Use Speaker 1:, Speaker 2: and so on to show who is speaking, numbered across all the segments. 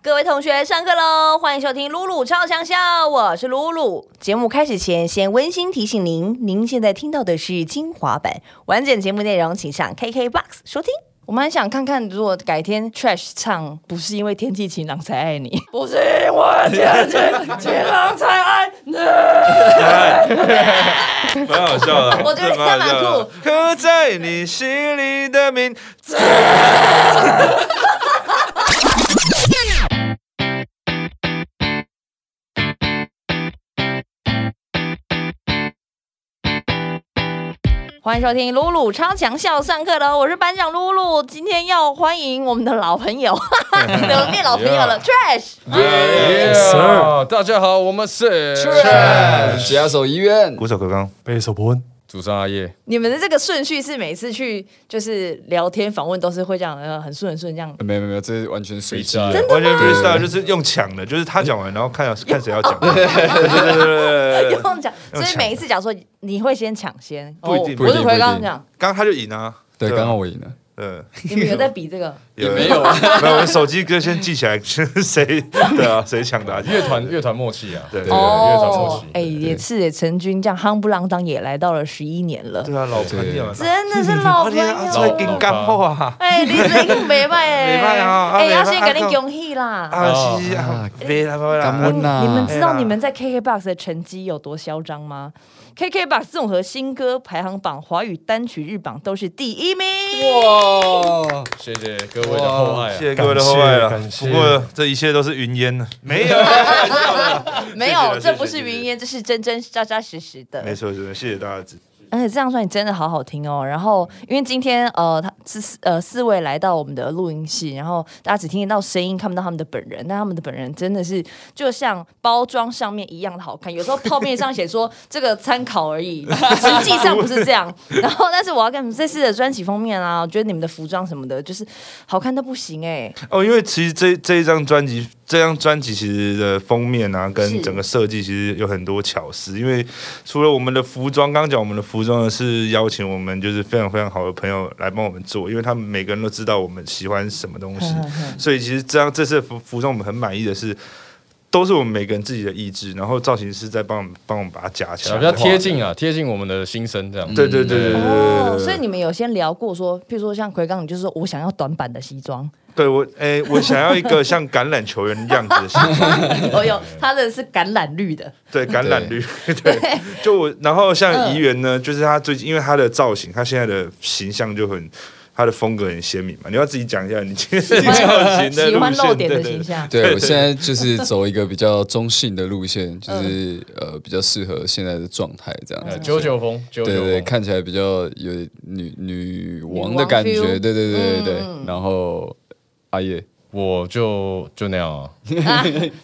Speaker 1: 各位同学，上课喽！欢迎收听露露超强笑，我是露露。节目开始前，先温馨提醒您，您现在听到的是精华版，完整节目内容请上 KKBOX 收听。
Speaker 2: 我们很想看看，如果改天 Trash 唱不是因为天气晴朗才爱你，
Speaker 1: 不是我天天晴朗才爱你，
Speaker 3: 蛮好笑 的，
Speaker 2: 我觉得
Speaker 3: 真的蛮好笑
Speaker 2: 蛮
Speaker 3: 的
Speaker 2: 酷。
Speaker 3: 刻在你心里的名，
Speaker 2: 欢迎收听露露超强校上课喽！我是班长露露，今天要欢迎我们的老朋 友，怎么变老朋友了
Speaker 1: 哎
Speaker 2: Trash，
Speaker 3: 耶
Speaker 4: Sir，大家好，我们是
Speaker 5: 吉他手医院，
Speaker 3: 鼓手刚 刚
Speaker 4: 贝手伯恩，主唱阿叶，
Speaker 2: 你们的这个顺序是每次去就是聊天访问都是会这样，呃，很顺很顺这样。
Speaker 5: 没有没有没有，这是完全随机。
Speaker 3: 完全 freestyle，就是用抢的，就是他讲完，然后看看谁要讲。 对对对对对对对，
Speaker 2: 用讲，所以每一次讲说你会先抢先，
Speaker 3: 不一定
Speaker 2: 哦我是
Speaker 5: 不一
Speaker 2: 回
Speaker 5: 定
Speaker 2: 刚刚讲，
Speaker 3: 刚刚他就赢啊。
Speaker 5: 对，刚
Speaker 3: 啊
Speaker 5: 刚我赢了，
Speaker 3: 嗯，
Speaker 2: 你们有在比这个？
Speaker 3: 也
Speaker 5: 没有，
Speaker 3: 没有，我手机歌先记起来， 谁对啊，谁抢答
Speaker 4: 乐团乐团默契啊，
Speaker 3: 对
Speaker 5: 对
Speaker 4: 乐团默
Speaker 2: 哎，
Speaker 4: 契。
Speaker 2: 也是哎，陈军这样夯不啷当也来到了十一年了，
Speaker 3: 对啊，老朋友啊，
Speaker 2: 真的是老朋友。
Speaker 3: 在跟干货啊
Speaker 2: 哎，你这个袂歹哎，
Speaker 3: 袂歹啊
Speaker 2: 哎，
Speaker 3: 啊
Speaker 2: 要先
Speaker 3: 袂歹啊
Speaker 2: 给你恭喜啦！
Speaker 3: 啊，是啊，别啦别
Speaker 5: 感
Speaker 3: 啦
Speaker 5: 恩，呐！
Speaker 2: 你们知
Speaker 3: 哎
Speaker 2: 道
Speaker 3: 呀
Speaker 2: 你们在 KKBOX 的成绩有多嚣张吗？KKBOX 综合新歌排行榜、华语单曲日榜都是第一名。
Speaker 5: 哇，
Speaker 4: 谢谢各位的厚爱啊
Speaker 3: 谢，谢各位的厚爱了
Speaker 4: 感。谢
Speaker 3: 不过这一切都是云烟啊呢，没有，
Speaker 2: 没
Speaker 3: 谢谢
Speaker 2: 有，
Speaker 3: 了
Speaker 2: 这不是
Speaker 3: 谢谢
Speaker 2: 云烟，这是真真扎扎实实的。
Speaker 3: 没错，真的谢谢大家的支持。
Speaker 2: 而哎且这样算你真的好好听哦。然后因为今天呃，他是四呃四位来到我们的录音室，然后大家只听得到声音，看不到他们的本人，但他们的本人真的是就像包装上面一样的好看。有时候泡面上写说这个参考而已，实际上不是这样。然后但是我要跟你们这次的专辑封面啊，我觉得你们的服装什么的，就是好看到不行哎、
Speaker 3: 哦，因为其实这这一张专辑，这张专辑其实的封面啊，
Speaker 2: 是
Speaker 3: 跟整个设计其实有很多巧思。因为除了我们的服装，刚刚讲我们的服装呢是邀请我们就是非常非常好的朋友来帮我们做，因为他们每个人都知道我们喜欢什么东西，
Speaker 2: 嗯
Speaker 3: 所以其实这样这次的服服装我们很满意的是。都是我们每个人自己的意志，然后造型师在帮我们帮我们把它夹起来，
Speaker 4: 比较贴近啊，贴近我们的心声
Speaker 5: 嗯
Speaker 4: 这样。
Speaker 3: 对。对对对对对对
Speaker 2: 哦，
Speaker 3: 对
Speaker 2: 所以你们有先聊过说，譬如说像奎刚，你就是说我想要短版的西装，
Speaker 3: 对我哎，我想要一个像橄榄球员样子的形状，
Speaker 2: 有有，他的是橄榄绿的，
Speaker 3: 对感染率， 对，就我，然后
Speaker 2: 嗯
Speaker 3: 像怡园呢，就是他最近，因为他的造型，他现在的形象就很，他的风格很鲜明嘛。你要自己讲一下你今天的造型的
Speaker 2: 喜
Speaker 3: 路
Speaker 2: 欢露
Speaker 3: 线，
Speaker 2: 点
Speaker 3: 对
Speaker 2: 的
Speaker 3: 对
Speaker 2: 形
Speaker 3: 对。
Speaker 2: 象。
Speaker 5: 对我 现在就是走一个比较中性的路线，就是呃比较适合现在的状态这样子。
Speaker 4: 呃九九风，九
Speaker 5: 对
Speaker 4: 九
Speaker 5: 对对，
Speaker 4: 风，
Speaker 5: 看起来比较有女女王的感
Speaker 2: 女王
Speaker 5: 觉，
Speaker 2: feel
Speaker 5: 对对对对对。
Speaker 3: 嗯
Speaker 5: 然后阿叶
Speaker 4: 我就就那样啊。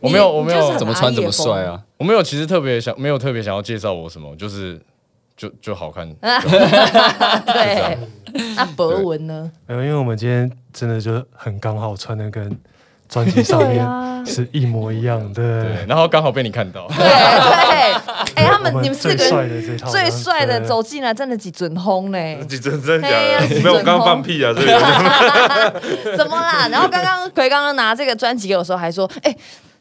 Speaker 4: 我没有，我没
Speaker 2: 你就是
Speaker 4: 有
Speaker 2: 很
Speaker 5: 怎么穿怎么帅啊？
Speaker 4: 我没有，其实特别想，没有特别想要介绍我什么，就是就就好看。
Speaker 2: 对，那啊博文呢？
Speaker 6: 没有，因为我们今天真的就是很刚好穿的跟专辑上
Speaker 2: 对
Speaker 6: 面
Speaker 2: 啊
Speaker 6: 是一模一样
Speaker 4: 对，
Speaker 6: 的。
Speaker 4: 然后刚好被你看 到，
Speaker 2: 对对，哎，他
Speaker 6: 我
Speaker 2: 们你们四
Speaker 6: 最
Speaker 2: 个
Speaker 6: 帅
Speaker 2: 人
Speaker 6: 的这套，
Speaker 2: 最帅的
Speaker 6: 对
Speaker 2: 走进来，真的几准轰 呢？
Speaker 3: 你真真假
Speaker 2: 哎呀
Speaker 3: 的？没有，我刚刚放屁啊！ 所以
Speaker 2: 怎么啦？然后刚刚奎刚刚拿这个专辑给我的时候，还说，哎。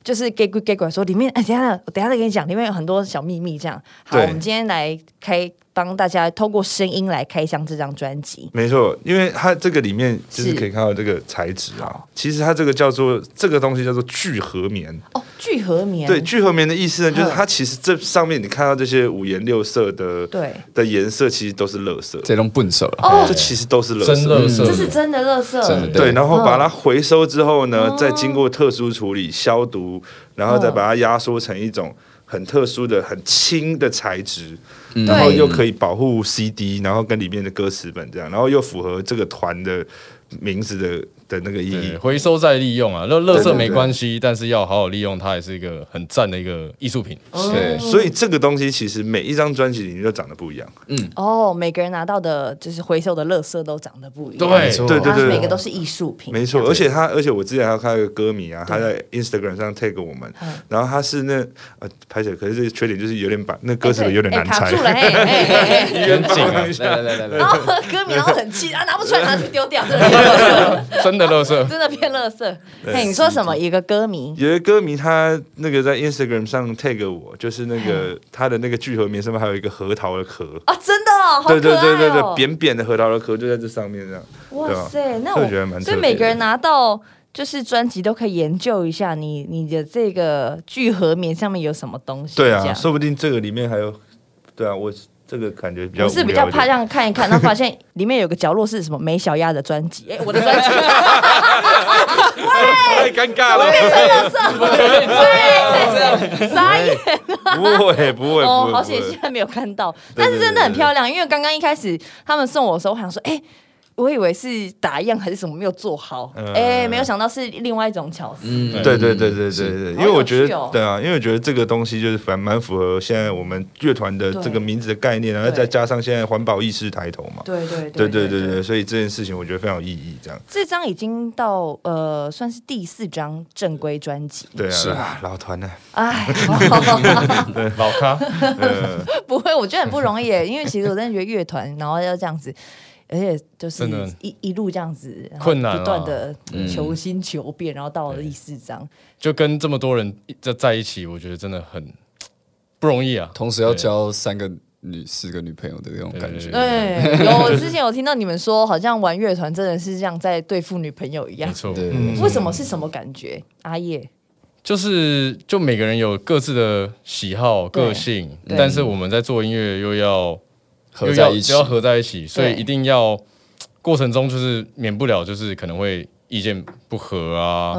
Speaker 2: 就是 gay 鬼 gay 鬼说里面，哎，等一下我等一下再跟你讲，里面有很多小秘密。这样，好，
Speaker 3: 对
Speaker 2: 我们今天来开帮大家透过声音来开箱这张专辑。
Speaker 3: 没错，因为它这个里面就是
Speaker 2: 是
Speaker 3: 可以看到这个材质啊，其实它这个叫做这个东西叫做聚合棉。
Speaker 2: 哦，聚合棉，
Speaker 3: 对，聚合棉的意思呢，就是
Speaker 2: 嗯
Speaker 3: 它其实这上面你看到这些五颜六色的
Speaker 2: 对
Speaker 3: 的颜色，其实都是垃圾。
Speaker 5: 这种笨手了，
Speaker 2: 哦
Speaker 3: 这，其实都是垃
Speaker 4: 真
Speaker 3: 圾。
Speaker 5: 嗯
Speaker 4: 乐色，
Speaker 2: 这是真的乐色，
Speaker 5: 真的
Speaker 3: 哦对，然后把它回收之后
Speaker 2: 哦
Speaker 3: 呢，再经过特殊处理、消毒，然后再把它压缩成一种很特殊的、很轻的材质，
Speaker 2: 嗯
Speaker 3: 然后又可以保护 CD，然后跟里面的歌词本这样，然后又符合这个团的名字的的那个意
Speaker 4: 对，
Speaker 3: 义。
Speaker 4: 回收再利用啊，那垃
Speaker 3: 对
Speaker 4: 圾
Speaker 3: 对
Speaker 4: 没
Speaker 3: 对
Speaker 4: 关系，但是要好好利用它，也是一个很赞的一个艺术品。
Speaker 5: 对，
Speaker 3: 所以这个东西其实每一张专辑里面都长得不一样。
Speaker 2: 哦，每个人拿到的就是回收的垃圾都长得不一样，
Speaker 4: 对
Speaker 3: 对
Speaker 2: 它
Speaker 3: 对对，
Speaker 2: 每个都是艺术品，
Speaker 3: 没错，而且他，而且我之前还有看到一个歌迷啊，他在 Instagram
Speaker 2: 嗯
Speaker 3: 上 tag 我们，然后他是那呃，拍起来，可是这个缺点就是有点把那歌词有点难
Speaker 2: 哎
Speaker 3: 猜
Speaker 2: 对，住了，嘿嘿嘿嘿。
Speaker 4: 很紧啊！
Speaker 3: 嗯
Speaker 4: 来来来来
Speaker 2: 然
Speaker 3: 哦
Speaker 4: 来，
Speaker 2: 后歌迷然后很气，啊拿不出来拿去丢掉，真的变垃圾，
Speaker 4: 真的乐色，
Speaker 2: 真的变垃圾。嘿，你说什么？一个歌迷
Speaker 3: 有一个歌迷他那个在 Instagram 上 tag 我，就是那 个他的那个聚合棉上面还有一个核桃的壳，
Speaker 2: 啊，真的哦，好可爱
Speaker 3: 对
Speaker 2: 哦
Speaker 3: 对对对对，扁扁的核桃的壳就在这上面这样。对
Speaker 2: 哇
Speaker 3: 啊
Speaker 2: 塞，那
Speaker 3: 这我觉得蛮
Speaker 2: 我
Speaker 3: 特
Speaker 2: 所以
Speaker 3: 别的
Speaker 2: 每个人拿到。就是专辑都可以研究一下你你的这个聚合棉上面有什么东西。
Speaker 3: 对
Speaker 2: 这
Speaker 3: 啊，
Speaker 2: 样
Speaker 3: 说不定这个里面还有，对啊，我这个感觉比较
Speaker 2: 我是
Speaker 3: 无
Speaker 2: 比
Speaker 3: 聊
Speaker 2: 较
Speaker 3: 一
Speaker 2: 怕
Speaker 3: 点
Speaker 2: 这样看一看，然后发现里面有个角落是什么梅小丫的专辑，哎，我的专辑
Speaker 3: 太尴尬了。哎
Speaker 2: 傻眼。
Speaker 3: 不会不会不会，
Speaker 2: 哦，
Speaker 3: 不
Speaker 2: 好
Speaker 3: 会
Speaker 2: 险，现在没有看到，
Speaker 3: 对对对
Speaker 2: 但是真的很漂亮。因为刚刚一开始他们送我的时候，我想说，哎、我以为是打样还是什么没有做好，哎、
Speaker 3: 嗯
Speaker 2: 没有想到是另外一种巧思。
Speaker 5: 嗯
Speaker 3: 对对对对对对，因为我觉
Speaker 2: 好有趣哦
Speaker 3: 得对啊，因为我觉得这个东西就是反蛮符合现在我们乐团的这
Speaker 2: 对
Speaker 3: 个名字的概念，然后
Speaker 2: 对
Speaker 3: 再加上现在环保意识抬头嘛，
Speaker 2: 对对
Speaker 3: 对对对对，所以这件事情我觉得非常有意义，这样
Speaker 2: 这张已经到呃，算是第四张正规专辑。
Speaker 3: 对
Speaker 5: 是
Speaker 3: 啊啊，老团呢，
Speaker 2: 哎，
Speaker 4: 老咖，
Speaker 3: 呃
Speaker 2: 不会，我觉得很不容易 耶，因为其实我真的觉得乐团，然后要这样子。而且就是
Speaker 4: 真的
Speaker 2: 一一路这样子，然后
Speaker 4: 困难啊
Speaker 2: 不断的求新求变，然后到了第四张，
Speaker 4: 就跟这么多人在在一起，我觉得真的很不容易啊。
Speaker 5: 同时要交三个女、四个女朋友的那种感觉
Speaker 4: 对
Speaker 2: 对，
Speaker 4: 对，嗯
Speaker 2: 有我之前有听到你们说，好像玩乐团真的是像在对付女朋友一样
Speaker 4: 没。错，
Speaker 5: 对，
Speaker 3: 嗯
Speaker 2: 为什么是什么感觉？阿叶，
Speaker 4: 就是就每个人有各自的喜好、
Speaker 2: 对
Speaker 4: 个性，
Speaker 2: 对
Speaker 4: 但是我们在做音乐又要
Speaker 5: 合在
Speaker 4: 又要
Speaker 5: 一起
Speaker 4: 又要合在一起，所以
Speaker 2: 对
Speaker 4: 一定要过程中就是免不了就是可能会意见不合啊，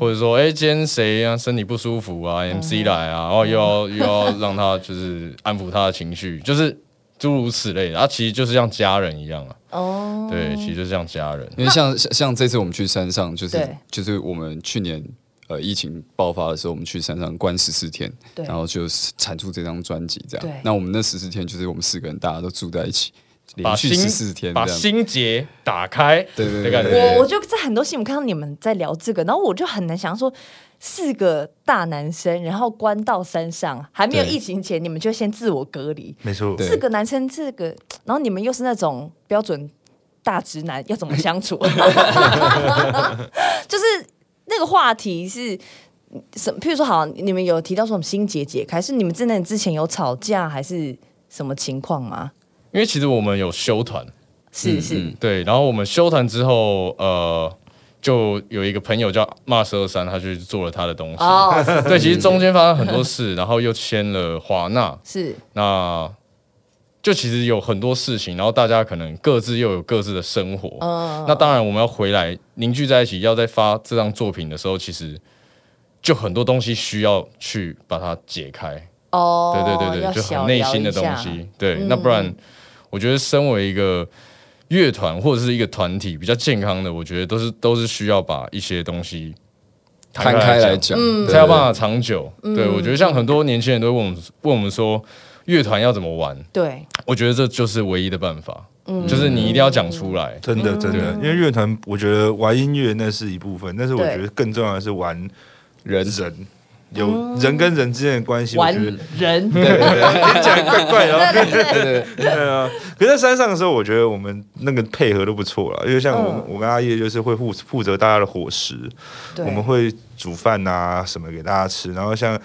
Speaker 4: 或者说哎、诶今天谁啊身体不舒服啊，MC
Speaker 5: 嗯
Speaker 4: 来啊，然后又要又要让他就是安抚他的情绪，就是诸如此类的，啊，其实就是像家人一样啊，
Speaker 2: 哦，
Speaker 4: 对，其实就是像家人，
Speaker 5: 因为像像像这次我们去山上，就是
Speaker 2: 对
Speaker 5: 就是我们去年呃疫情爆发的时候，我们去山上关十四天，
Speaker 2: 对
Speaker 5: 然后就是产出这张专辑这样
Speaker 2: 对。
Speaker 5: 那我们那十四天就是我们四个人大家都住在一起，
Speaker 4: 把
Speaker 5: 连续
Speaker 4: 心
Speaker 5: 十四天
Speaker 4: 把
Speaker 5: 这样。
Speaker 4: 心结打开，
Speaker 5: 对对
Speaker 4: 的
Speaker 5: 对
Speaker 4: 感觉
Speaker 2: 我我就在很多新闻看到你们在聊这个，然后我就很难想象说，四个大男生，然后关到山上，还没有
Speaker 5: 对
Speaker 2: 疫情前，你们就先自我隔离。
Speaker 3: 没错，
Speaker 5: 对
Speaker 2: 四个男生，这个，然后你们又是那种标准大直男，要怎么相 处？ 就是那个话题是什？譬如说，好，你们有提到说什么心结解开，是你们真的之前有吵架还是什么情况吗？
Speaker 4: 因为其实我们有修团，嗯
Speaker 2: 是是，
Speaker 4: 对，然后我们休团之后，呃，就有一个朋友叫骂十二三，他去做了他的东西。
Speaker 2: 哦，
Speaker 4: 对，其实中间发生很多事，然后又签了华纳，
Speaker 2: 是
Speaker 4: 那就其实有很多事情，然后大家可能各自又有各自的生活。
Speaker 2: 嗯
Speaker 4: 那当然，我们要回来凝聚在一起，要在发这张作品的时候，其实就很多东西需要去把它解开。
Speaker 2: 哦，
Speaker 4: 对对对
Speaker 2: 要
Speaker 4: 对，就
Speaker 2: 小
Speaker 4: 很内
Speaker 2: 聊
Speaker 4: 心
Speaker 2: 一
Speaker 4: 的东
Speaker 2: 下嗯
Speaker 4: 西。对，那不然我觉得身为一个乐团或者是一个团体比较健康的，我觉得都是都是需要把一些东西
Speaker 5: 摊开来，讲，对
Speaker 2: 嗯
Speaker 4: 才有办法长久。对我觉得像很多年轻人都会问我们问我们说乐团要怎么玩，
Speaker 2: 对，
Speaker 4: 我觉得这就是唯一的办法，就是你一定要讲出来。
Speaker 3: 真
Speaker 2: 嗯
Speaker 3: 的真的，因为乐团我觉得玩音乐那是一部分，但是我
Speaker 2: 对
Speaker 3: 觉得更重要的是玩
Speaker 5: 人
Speaker 3: 人。有人跟人之间的关系，我
Speaker 2: 哦玩
Speaker 3: 觉得
Speaker 2: 人，
Speaker 3: 听起来怪怪的，
Speaker 2: 对对对，
Speaker 3: 对啊，可是在山上的时候，我觉得我们那个配合都不错了，因为像我们、
Speaker 2: 嗯
Speaker 3: 我跟阿叶就是会负负责大家的伙食，
Speaker 2: 对
Speaker 3: 我们会煮饭啊什么给大家吃，然后像。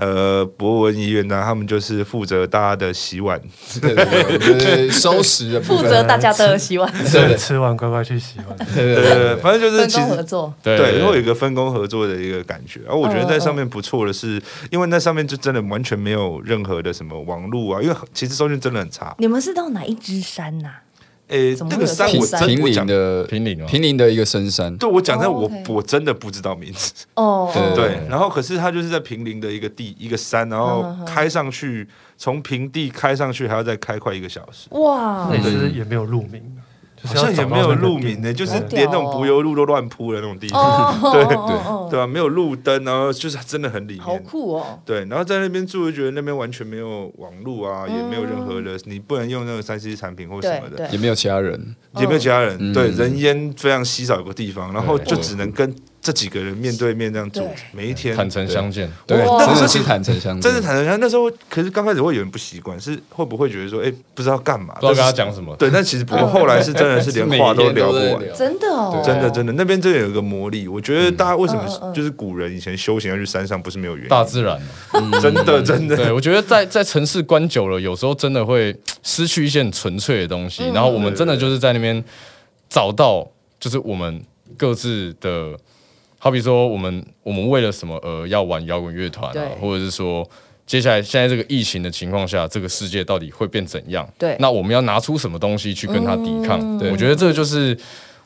Speaker 3: 呃，博文医院呢、他们就是负责大家的洗碗，
Speaker 5: 对对对，我觉得收拾的部
Speaker 2: 负
Speaker 5: 分
Speaker 2: 责大家的希 望，
Speaker 5: 对
Speaker 6: 吃完乖乖去洗碗。
Speaker 5: 对
Speaker 3: 对
Speaker 5: 对
Speaker 3: 对，反正就是
Speaker 2: 分
Speaker 3: 其
Speaker 2: 工合
Speaker 3: 实
Speaker 2: 作，
Speaker 4: 对
Speaker 3: 对，会有一个分工合作的一个感觉。啊然后我觉得在上面不错的是，因为那上面就真的完全没有任何的什么网络啊，因为其实收讯真的很差。
Speaker 2: 你们是到哪一支山呐？
Speaker 3: 诶，
Speaker 2: 怎么
Speaker 3: 那
Speaker 2: 会有
Speaker 3: 个山
Speaker 5: 平
Speaker 3: 我真
Speaker 5: 平
Speaker 3: 我讲
Speaker 5: 林，的
Speaker 4: 平林吗哦
Speaker 5: 平林的一个深山，
Speaker 3: 对我讲真的，
Speaker 2: 哦
Speaker 3: 我
Speaker 2: ，OK
Speaker 3: 我真的不知道名字。
Speaker 2: 哦，
Speaker 5: 对
Speaker 3: 对，然后可是它就是在平林的一个地一个山，然
Speaker 2: 嗯
Speaker 3: 后开上去，从平地开上去还要再开快一个小时，
Speaker 2: 哇，
Speaker 6: 那次也没有路名，就
Speaker 3: 好
Speaker 6: 是要
Speaker 3: 像也
Speaker 6: 找到
Speaker 3: 没有
Speaker 6: 那个
Speaker 3: 路
Speaker 6: 地
Speaker 3: 名呢，欸就是
Speaker 2: 好屌
Speaker 3: 连那种
Speaker 2: 哦
Speaker 3: 柏油路都乱铺的那种地方，
Speaker 2: 哦，
Speaker 3: 对
Speaker 2: 对
Speaker 3: 对吧？啊没有路灯，然后就是真的很里
Speaker 2: 好
Speaker 3: 面。
Speaker 2: 酷哦，
Speaker 3: 对，然后在那边住就觉得那边完全没有网路啊，也没有任何的，你不能用那个三 C 产品或什
Speaker 2: 嗯对
Speaker 3: 么的，
Speaker 5: 也
Speaker 2: 对，
Speaker 5: 没有其他人，
Speaker 3: 也没有其他人，
Speaker 5: 嗯
Speaker 3: 对，人烟非常稀少一个地方，然后就只能跟这几个人面对面这样组，每一天
Speaker 4: 坦诚相见，
Speaker 5: 对，
Speaker 2: 哇
Speaker 5: 真的是坦诚相见，
Speaker 3: 真是坦诚相见。那时候可是刚开始会有点不习惯，是会不会觉得说，哎，不知道干嘛，
Speaker 4: 不知道跟他
Speaker 3: 但是
Speaker 4: 讲什么。
Speaker 3: 对，但其实不过
Speaker 2: 嗯
Speaker 3: 后来是真的是连话都 聊不完。
Speaker 2: 真的哦，
Speaker 3: 真的真的，那边真的有一个魔力。我觉得大家为什
Speaker 2: 嗯嗯嗯
Speaker 3: 么就是古人以前修行要去山上，不是没有原因。
Speaker 4: 大自然，啊
Speaker 3: 真的真
Speaker 4: 对
Speaker 3: 的，
Speaker 4: 我觉得在在城市关久了，有时候真的会失去一些很纯粹的东西。然后我们真的就是在那边找到，就是我们各自的，好比说我们我们为了什么而要玩摇滚乐团啊
Speaker 2: 对，
Speaker 4: 或者是说。接下来，现在这个疫情的情况下，这个世界到底会变怎样？
Speaker 2: 对
Speaker 4: 那我们要拿出什么东西去跟它抵抗？
Speaker 5: 对
Speaker 4: 我觉得这就是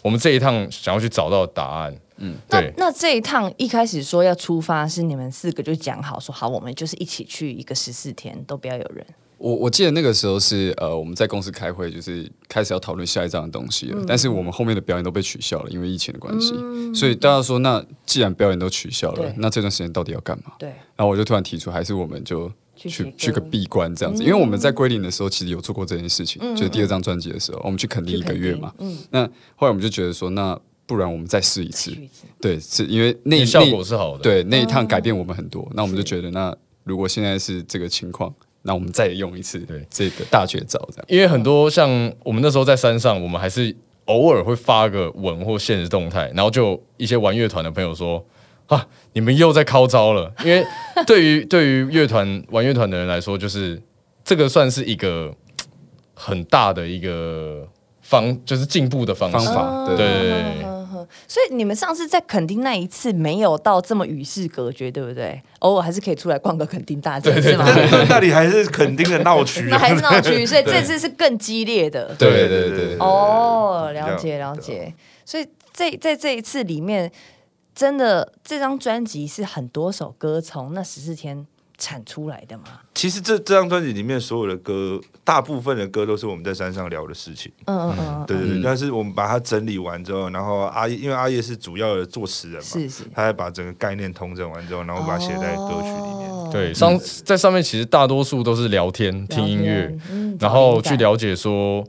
Speaker 4: 我们这一趟想要去找到的答案。嗯，
Speaker 2: 那
Speaker 4: 对，
Speaker 2: 那这一趟一开始说要出发，是你们四个就讲好说好，我们就是一起去一个十四天，都不要有人。
Speaker 5: 我我记得那个时候是呃，我们在公司开会，就是开始要讨论下一张的东西了。但是
Speaker 2: 嗯
Speaker 5: 我们后面的表演都被取消了，因为疫情的关系。所以大家说，那既然表演都取消
Speaker 2: 对
Speaker 5: 了，那这段时间到底要干嘛？
Speaker 2: 对，
Speaker 5: 然后我就突然提出，还是我们就
Speaker 2: 去嗯
Speaker 5: 去
Speaker 2: 写
Speaker 5: 去
Speaker 2: 歌
Speaker 5: 个闭关这样子，因为我们在归零的时候其实有做过这件事情，
Speaker 2: 嗯
Speaker 5: 就是第二张专辑的时候，我们去垦丁一个月嘛。那后来我们就觉得说，那不然我们再试一次。
Speaker 2: 去一次
Speaker 5: 对，是因为那
Speaker 4: 效
Speaker 5: 那
Speaker 4: 果是好的。
Speaker 5: 对，那一
Speaker 2: 哦
Speaker 5: 趟改变我们很多。那我们就觉得，那如果现在是这个情况，那我们再用一次
Speaker 4: 对
Speaker 5: 这个大绝招，这样。
Speaker 4: 因为很多像我们那时候在山上，我们还是偶尔会发个文或现实动态，然后就有一些玩乐团的朋友说。啊！你们又在靠招了，因为对于对于乐团玩乐团的人来说，就是这个算是一个嘖很大的一个方，就是进步的方式。
Speaker 5: 方法
Speaker 4: 对
Speaker 5: 对
Speaker 4: 对对对
Speaker 2: 所以你们上次在垦丁那一次没有到这么与世隔绝，对不对？偶尔还是可以出来逛个垦丁大街，
Speaker 5: 啊
Speaker 2: 是吗？
Speaker 3: 那里还是垦丁的闹区
Speaker 2: 那
Speaker 3: 啊。
Speaker 2: 还是闹区，所以这次是更激烈的。
Speaker 5: 对
Speaker 3: 对
Speaker 5: 对
Speaker 3: 对
Speaker 5: 对
Speaker 3: 对
Speaker 2: 哦，
Speaker 3: 对
Speaker 2: 了解
Speaker 3: 对啊
Speaker 2: 了解。所以这在这一次里面，真的这张专辑是很多首歌从那十四天产出来的嘛？
Speaker 3: 其实这这张专辑里面所有的歌，大部分的歌都是我们在山上聊的事情。
Speaker 2: 嗯嗯嗯，
Speaker 3: 对对对，
Speaker 5: 嗯
Speaker 3: 但是我们把它整理完之后，然后阿叶，因为阿叶是主要的作词人嘛，
Speaker 2: 是是。
Speaker 3: 他还把整个概念统整完之后，然后把它写在歌曲里面。
Speaker 2: 哦
Speaker 5: 嗯
Speaker 4: 对，上在上面其实大多数都是聊天、听音乐，，
Speaker 2: 嗯
Speaker 4: 然后去
Speaker 2: 聊
Speaker 4: 了解说，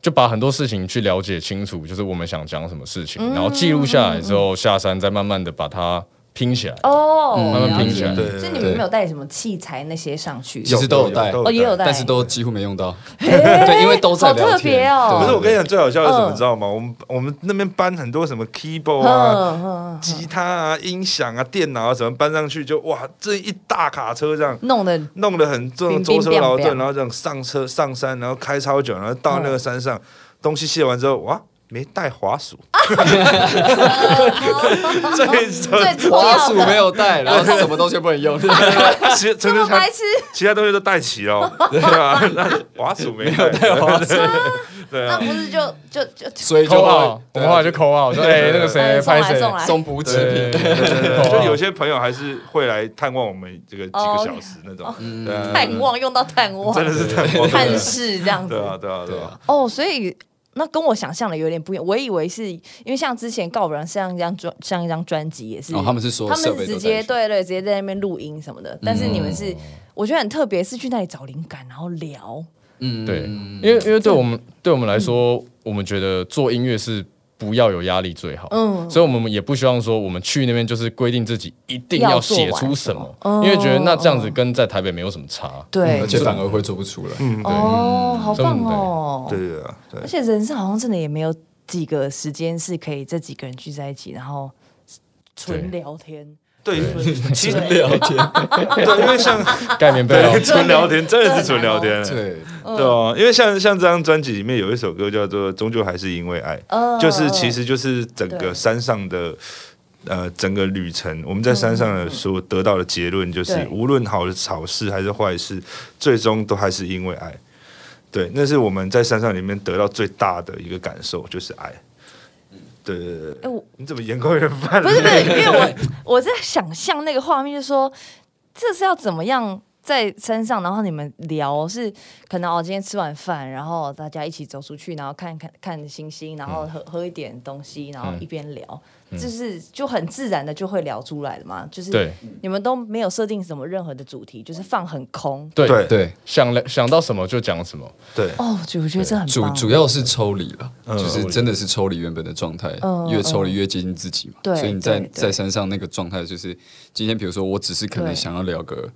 Speaker 4: 就把很多事情去了解清楚，就是我们想讲什么事情，然后记录下来之后，下山再慢慢的把它拼起来。
Speaker 2: 天嗯哦，
Speaker 5: 嗯
Speaker 4: 慢慢
Speaker 2: 了
Speaker 4: 拼
Speaker 2: 解
Speaker 4: 起来
Speaker 3: 对对
Speaker 2: 所以
Speaker 3: 对
Speaker 2: 你们没有带什么器材那些上去？
Speaker 5: 其实都有带
Speaker 2: 哦，也有带，
Speaker 5: 但是都几乎没用到，对，因为都在聊
Speaker 2: 好
Speaker 5: 天。
Speaker 2: 特别哦
Speaker 3: 可
Speaker 5: 对
Speaker 3: 是我跟你讲，最好笑的是什么，
Speaker 2: 嗯
Speaker 3: 你知道吗？我们我们那边搬很多什么 keyboard 啊、
Speaker 2: 嗯嗯，
Speaker 3: 吉他啊、音响啊、电脑啊，什么搬上去就哇，这一大卡车这样。
Speaker 2: 弄得
Speaker 3: 弄得很重，
Speaker 2: 冰冰
Speaker 3: 舟车劳
Speaker 2: 冰冰
Speaker 3: 顿，然后这样上车上山，然后开超久，然后到那个山
Speaker 2: 嗯
Speaker 3: 上，东西卸完之后，哇，没带滑 鼠，
Speaker 2: 最
Speaker 3: 最最
Speaker 2: 主
Speaker 5: 滑
Speaker 2: 要
Speaker 5: 鼠
Speaker 2: 的，
Speaker 5: 没有带，然后什么东西不能用，
Speaker 3: 其实
Speaker 2: 这么
Speaker 3: 他
Speaker 2: 白痴，
Speaker 3: 其他东西都带齐了，对吧？ 那滑鼠没带，对
Speaker 2: 那
Speaker 3: 啊，
Speaker 2: 不是就就就
Speaker 5: 所以就
Speaker 4: 扣号
Speaker 5: 会，
Speaker 4: 我们后来就扣号，说哎，那个谁
Speaker 2: 哎送
Speaker 4: 拍
Speaker 2: 来
Speaker 4: 谁，
Speaker 2: 送来
Speaker 5: 松补
Speaker 4: 对
Speaker 5: 纸
Speaker 4: 对
Speaker 5: 品。
Speaker 4: 对
Speaker 3: 对对
Speaker 4: 对
Speaker 3: 对就
Speaker 4: 对
Speaker 3: 有些朋友还是会来探望我们这个几个
Speaker 2: 哦哦
Speaker 3: 小时那种，对啊
Speaker 2: 探望用到探望，
Speaker 3: 真的是探望，
Speaker 2: 探视这样子
Speaker 3: 对。啊对啊对啊，
Speaker 2: 哦，所以那跟我想象的有点不一样。我以为是因为像之前告五人像一张专像一张专辑也是，
Speaker 5: 哦，他们是说
Speaker 2: 他
Speaker 5: 设
Speaker 2: 们
Speaker 5: 备
Speaker 2: 是
Speaker 5: 嗯都
Speaker 2: 直
Speaker 5: 带
Speaker 2: 接
Speaker 5: 去，
Speaker 2: 对对，直接在那边录音什么的。但是你们是，我觉得很特别，是去那里找灵感，然后聊。
Speaker 5: 嗯
Speaker 4: 对，因为因为对我们
Speaker 2: 嗯
Speaker 4: 对我们来说，我们觉得做音乐是不要有压力最好，嗯，所以我们也不希望说我们去那边就是规定自己一定
Speaker 2: 要
Speaker 4: 要
Speaker 2: 做
Speaker 4: 写
Speaker 2: 完
Speaker 4: 出
Speaker 2: 什
Speaker 4: 什
Speaker 2: 么嗯
Speaker 4: 么，因为觉得那这样子跟在台北没有什么差，
Speaker 2: 对
Speaker 5: 嗯而且反而会做不出来。
Speaker 3: 嗯，
Speaker 2: 哦，好棒
Speaker 4: 真的
Speaker 2: 哦！
Speaker 3: 对对啊对
Speaker 2: 而。且人生好像真的也没有几个时间是可以这几个人聚在一起，然后纯聊 天。
Speaker 3: 对，其实
Speaker 5: 聊天，
Speaker 3: 对，因为像。
Speaker 2: 嗯
Speaker 4: 盖棉被哦
Speaker 3: 纯聊天，真的是纯聊天，
Speaker 5: 对，
Speaker 2: 嗯
Speaker 3: 对哦，因为像像这张专辑里面有一首歌叫做《终究还是因为爱》，就是其实就是整
Speaker 2: 嗯对
Speaker 3: 个山上的。呃，整个旅程，我们在山上的所得到的结论就是
Speaker 2: 嗯对，
Speaker 3: 无论好的好事还是坏事，最终都还是因为爱。对，那是我们在山上里面得到最大的一个感受，就是爱。对对对
Speaker 2: 哎
Speaker 3: 对
Speaker 2: 我，
Speaker 3: 你怎么眼眶有点泛
Speaker 2: 不是不
Speaker 3: 泪？
Speaker 2: 是，因为我我在想象那个画面，就是说这是要怎么样在山上，然后你们聊是可能哦，今天吃完饭，然后大家一起走出去，然后看看看星星，然后喝、喝一点东西，然后一边聊，就是就很自然的就会聊出来了嘛。就是
Speaker 4: 对
Speaker 2: 你们都没有设定什么任何的主题，就是放很空。
Speaker 4: 对
Speaker 3: 对
Speaker 5: 对，
Speaker 4: 想想到什么就讲什么，
Speaker 3: 对，
Speaker 2: 哦，就我觉得这很
Speaker 5: 主
Speaker 2: 棒
Speaker 5: 主要是抽离了，
Speaker 3: 嗯
Speaker 5: 就是真的是抽离原本的状态，
Speaker 2: 嗯
Speaker 5: 越抽离越接近自己嘛。
Speaker 2: 对
Speaker 5: 所以你在
Speaker 2: 对对
Speaker 5: 在山上那个状态，就是今天比如说我只是可
Speaker 2: 对
Speaker 5: 能想要聊个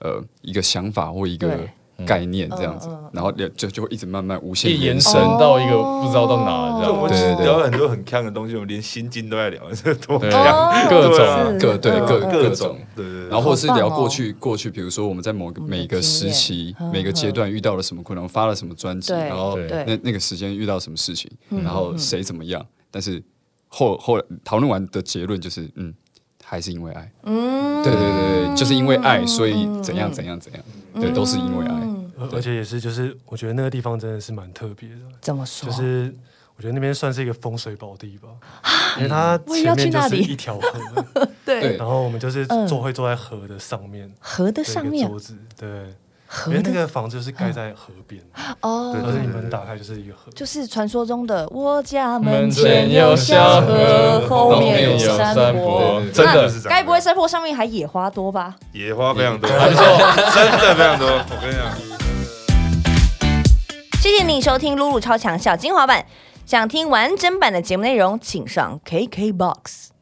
Speaker 5: 呃一个想法或一个
Speaker 2: 对嗯
Speaker 5: 概念这样子，然后聊就就会一直慢慢无限
Speaker 4: 一延
Speaker 5: 延
Speaker 4: 伸
Speaker 5: 伸。
Speaker 4: 到一个不知道到哪这
Speaker 3: 就我们
Speaker 4: 样
Speaker 5: 对对对
Speaker 3: 聊了很多很看的东西，我们连心经都在聊，这 多
Speaker 4: 对
Speaker 3: 看
Speaker 2: 哦
Speaker 4: 各种
Speaker 3: 对啊
Speaker 2: 是
Speaker 5: 各对
Speaker 2: 嗯
Speaker 5: 各
Speaker 2: 嗯
Speaker 5: 各
Speaker 3: 种
Speaker 5: 种，
Speaker 3: 对对对，
Speaker 5: 然后或者是
Speaker 2: 好棒
Speaker 5: 聊
Speaker 2: 哦
Speaker 5: 过去、过去，比如说我们在某个
Speaker 2: 们的
Speaker 5: 每个
Speaker 2: 经
Speaker 5: 时
Speaker 2: 验
Speaker 5: 期、
Speaker 2: 嗯
Speaker 5: 每个阶段遇到了什么困难，我发了什么专辑，
Speaker 2: 对嗯
Speaker 5: 然后
Speaker 4: 对
Speaker 5: 那
Speaker 2: 对
Speaker 5: 那个时间遇到什么事情，然后谁怎么样，但是后后来讨论完的结论就是，嗯，还是因为爱，嗯，对对对对，就是因为
Speaker 2: 嗯
Speaker 5: 爱，所以怎样怎样怎样，对，都是因为爱，
Speaker 6: 而而且也是就是，我觉得那个地方真的是蛮特别的，
Speaker 2: 怎么说？
Speaker 6: 就是我觉得那边算是一个风水宝地吧，因为它
Speaker 2: 啊我也要
Speaker 6: 前
Speaker 2: 去
Speaker 6: 面就
Speaker 2: 那
Speaker 6: 是
Speaker 2: 里嗯
Speaker 6: 一条河，
Speaker 5: 对
Speaker 6: 然后我 们就是坐会坐在河的上面，
Speaker 2: 河的
Speaker 6: 的
Speaker 2: 上面啊
Speaker 6: 桌子，对，
Speaker 2: 河
Speaker 6: 因哎为那
Speaker 2: 的啊
Speaker 6: 个房子是盖在河边，
Speaker 2: 哦，
Speaker 3: 对
Speaker 6: 而
Speaker 3: 对
Speaker 6: 是你
Speaker 3: 对
Speaker 6: 门打开就是一个河，
Speaker 2: 就是传说中的我家门
Speaker 4: 门
Speaker 2: 前
Speaker 4: 前
Speaker 2: 有
Speaker 4: 有
Speaker 2: 小
Speaker 4: 小
Speaker 2: 河
Speaker 4: 河，
Speaker 2: 后
Speaker 4: 后
Speaker 2: 面
Speaker 4: 面
Speaker 2: 有
Speaker 4: 有
Speaker 2: 山
Speaker 4: 山
Speaker 2: 坡
Speaker 4: 坡。
Speaker 5: 对对对
Speaker 3: 真的
Speaker 2: 那
Speaker 3: 是这样
Speaker 2: 该不会山坡上面还野花多吧？
Speaker 3: 野花非常多，还不错， 真的非常多。我跟你讲，
Speaker 1: 谢谢你收听《露露超强小精华版》，想听完整版的节目内容，请上 KKBOX。